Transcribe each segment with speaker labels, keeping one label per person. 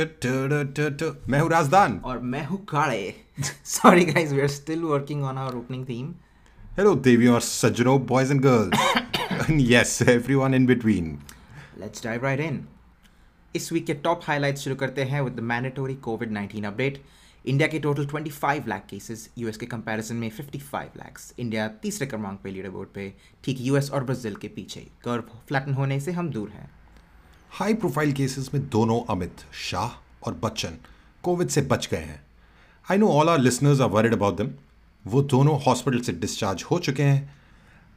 Speaker 1: मैं हूँ राजदान
Speaker 2: और मैं हूँ Kade sorry guys we are still working on our opening theme
Speaker 1: hello देवियों और सज्जनों boys and girls yes everyone in between
Speaker 2: let's dive right in इस वीक के टॉप हाइलाइट्स शुरू करते हैं with the mandatory COVID 19 update India के total 25 lakh cases US के कंपैरिजन में 55 लाख इंडिया तीसरे क्रमांक पे लीडर बोर्ड पे ठीक यूएस और ब्राजील के पीछे कर्व फ्लैटन होने से हम दूर हैं
Speaker 1: हाई प्रोफाइल केसेस में दोनों अमित शाह और बच्चन कोविड से बच गए हैं I know all are listeners are worried about them वो दोनों हॉस्पिटल से डिस्चार्ज हो चुके हैं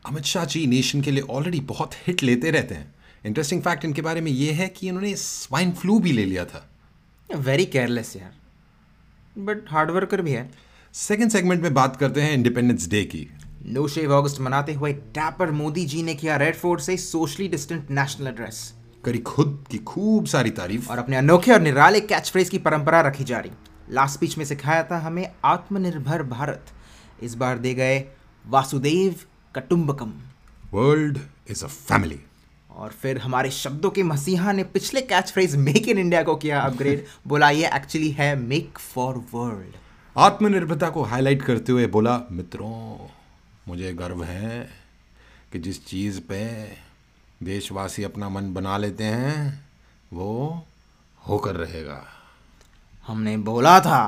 Speaker 1: अमित शाह जी नेशन के लिए ऑलरेडी बहुत हिट लेते रहते हैं इंटरेस्टिंग फैक्ट इनके बारे में ये है कि इन्होंने स्वाइन फ्लू भी ले लिया था
Speaker 2: वेरी केयरलेस यार बट हार्ड वर्कर भी है
Speaker 1: सेकेंड सेगमेंट में बात करते हैं इंडिपेंडेंस डे की
Speaker 2: नो शेव अगस्त मनाते हुए डैपर मोदी जी ने किया रेड फोर्ट से सोशली डिस्टेंट नेशनल एड्रेस
Speaker 1: करी खुद की खूब सारी तारीफ
Speaker 2: और अपने अनोखे और निराले कैच फ्रेज की परंपरा रखी जा रही लास्ट स्पीच में सिखाया था हमें आत्मनिर्भर भारत इस बार दे गए वासुदेव कटुम्बकम
Speaker 1: वर्ल्ड इज अ फैमिली
Speaker 2: और फिर हमारे शब्दों के मसीहा ने पिछले catch phrase make in India को किया अपग्रेड बोला ये एक्चुअली है मेक फॉर वर्ल्ड
Speaker 1: आत्मनिर्भरता को हाईलाइट करते हुए बोला मित्रों मुझे गर्व है कि जिस चीज़ पे देशवासी अपना मन बना लेते हैं वो होकर रहेगा
Speaker 2: हमने बोला था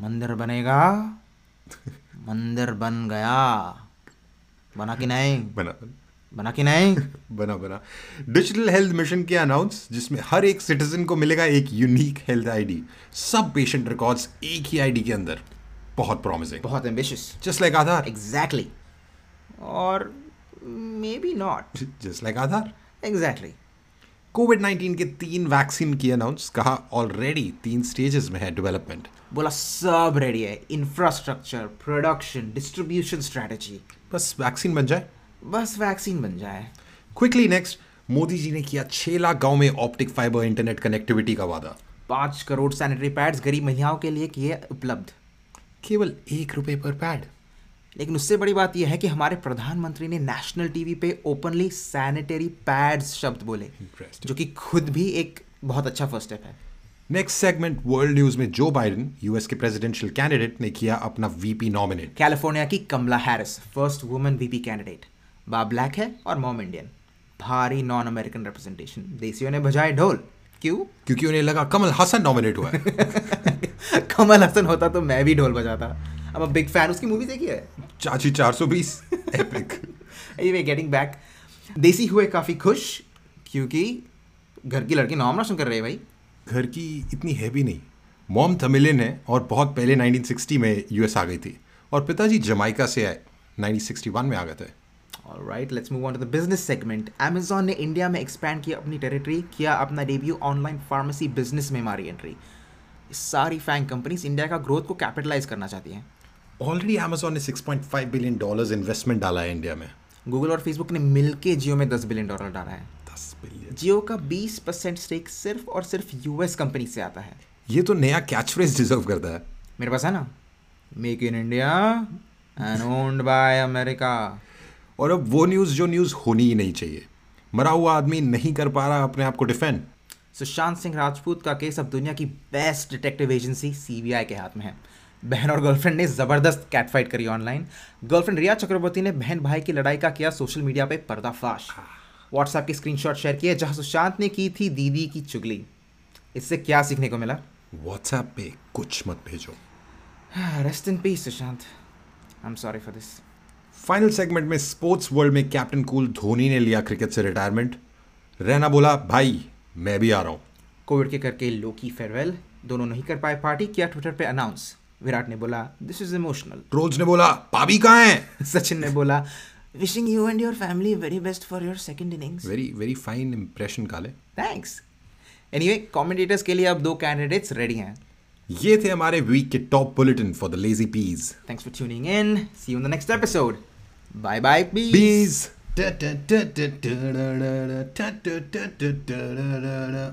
Speaker 2: मंदिर बनेगा मंदिर बन गया बना कि नहीं
Speaker 1: बना
Speaker 2: बना कि नहीं
Speaker 1: बना बना डिजिटल हेल्थ मिशन के अनाउंस जिसमें हर एक सिटीजन को मिलेगा एक यूनिक हेल्थ आईडी सब पेशेंट रिकॉर्ड्स एक ही आईडी के अंदर बहुत प्रॉमिसिंग
Speaker 2: बहुत ambitious
Speaker 1: just like Aadhaar
Speaker 2: exactly और may be not
Speaker 1: just like Aadhaar
Speaker 2: exactly
Speaker 1: COVID 19 के तीन वैक्सीन की अनाउंस कहा ऑलरेडी तीन स्टेजेस में है डेवलपमेंट
Speaker 2: बोला सब रेडी है इंफ्रास्ट्रक्चर प्रोडक्शन डिस्ट्रीब्यूशन स्ट्रेटजी
Speaker 1: बस वैक्सीन बन जाए
Speaker 2: बस वैक्सीन बन जाए
Speaker 1: क्विकली नेक्स्ट मोदी जी ने किया छह लाख गांव में ऑप्टिक फाइबर इंटरनेट कनेक्टिविटी का वादा
Speaker 2: पाँच करोड़ सैनिटरी पैड्स गरीब महिलाओं के लिए किए उपलब्ध
Speaker 1: केवल एक रुपए पर पैड
Speaker 2: लेकिन उससे बड़ी बात यह है कि हमारे प्रधानमंत्री ने नेशनल टीवी पे ओपनली सैनिटरी पैड्स शब्द बोले
Speaker 1: Interesting.
Speaker 2: जो कि खुद भी एक बहुत अच्छा फर्स्ट स्टेप है
Speaker 1: नेक्स्ट सेगमेंट वर्ल्ड न्यूज में जो बाइडेन यूएस के प्रेसिडेंशियल कैंडिडेट ने किया अपना वीपी नॉमिनेट
Speaker 2: कैलिफोर्निया की Kamala Harris first women VP candidate बा ब्लैक है और मॉम इंडियन भारी नॉन अमेरिकन रिप्रेजेंटेशन देसियों ने बजाए ढोल क्यों
Speaker 1: क्योंकि उन्हें लगा कमल हसन नॉमिनेट हुआ है
Speaker 2: कमल हसन होता तो मैं भी ढोल बजाता अब बिग फैन उसकी मूवी देखी है
Speaker 1: Chachi 420 epic
Speaker 2: anyway getting back desi हुए काफ़ी खुश क्योंकि घर की लड़की नाम रोशन कर रही है भाई
Speaker 1: घर की इतनी हैवी नहीं मॉम तमिलियन है और बहुत पहले 1960 में यूएस आ गई थी और पिताजी जमाइका से आए 1961 में आ गए थे
Speaker 2: All right, let's move on to the business segment. Amazon ने इंडिया में एक्सपैंड किया अपनी टेरिटरी किया अपना डेब्यू ऑनलाइन फार्मेसी बिजनेस में मारी एंट्री सारी फैंग कंपनीज इंडिया का ग्रोथ को कैपिटलाइज करना चाहती हैं
Speaker 1: ऑलरेडी Amazon ने 6.5 बिलियन डॉलर्स इन्वेस्टमेंट डाला है इंडिया में
Speaker 2: गूगल और फेसबुक ने मिलके जियो में 10 बिलियन डॉलर डाला है
Speaker 1: 10 बिलियन
Speaker 2: जियो का 20 परसेंट स्टेक सिर्फ और सिर्फ यूएस कंपनी से आता है
Speaker 1: ये तो नया कैच फ्रेज डिजर्व करता है
Speaker 2: मेरे पास है ना make in India and owned by America
Speaker 1: और अब वो न्यूज़ जो न्यूज़ होनी ही नहीं चाहिए मरा हुआ आदमी नहीं कर पा रहा अपने आप को डिफेंड
Speaker 2: सुशांत सिंह राजपूत का केस अब दुनिया की बेस्ट डिटेक्टिव एजेंसी सीबीआई के हाथ में है बहन और गर्लफ्रेंड ने जबरदस्त कैटफाइट करी ऑनलाइन गर्लफ्रेंड रिया चक्रवर्ती ने बहन भाई की लड़ाई का किया सोशल मीडिया पे पर्दाफाश व्हाट्सएप की स्क्रीनशॉट शेयर किए जहां सुशांत ने की थी दीदी की चुगली इससे क्या सीखने को मिला
Speaker 1: व्हाट्सएप पे कुछ मत भेजो
Speaker 2: rest in peace Sushant I am sorry for this
Speaker 1: final segment में स्पोर्ट्स वर्ल्ड में कैप्टन कूल धोनी ने लिया क्रिकेट से रिटायरमेंट रहना बोला भाई मैं भी आ रहा हूँ
Speaker 2: कोविड के करके लो की फेयरवेल दोनों नहीं कर पाए पार्टी किया ट्विटर पे अनाउंस विराट ने बोला दिस इज इमोशनल
Speaker 1: ट्रोल्स ने बोला भाभी कहाँ हैं
Speaker 2: सचिन ने बोला wishing you and your family very best for your second innings
Speaker 1: very very fine impression काले
Speaker 2: थैंक्स एनीवे कमेंटेटर्स के लिए अब दो कैंडिडेट्स रेडी हैं
Speaker 1: ये थे हमारे वीक के top bulletin for the lazy peas
Speaker 2: thanks for tuning in see you in the next episode bye bye please
Speaker 1: Ps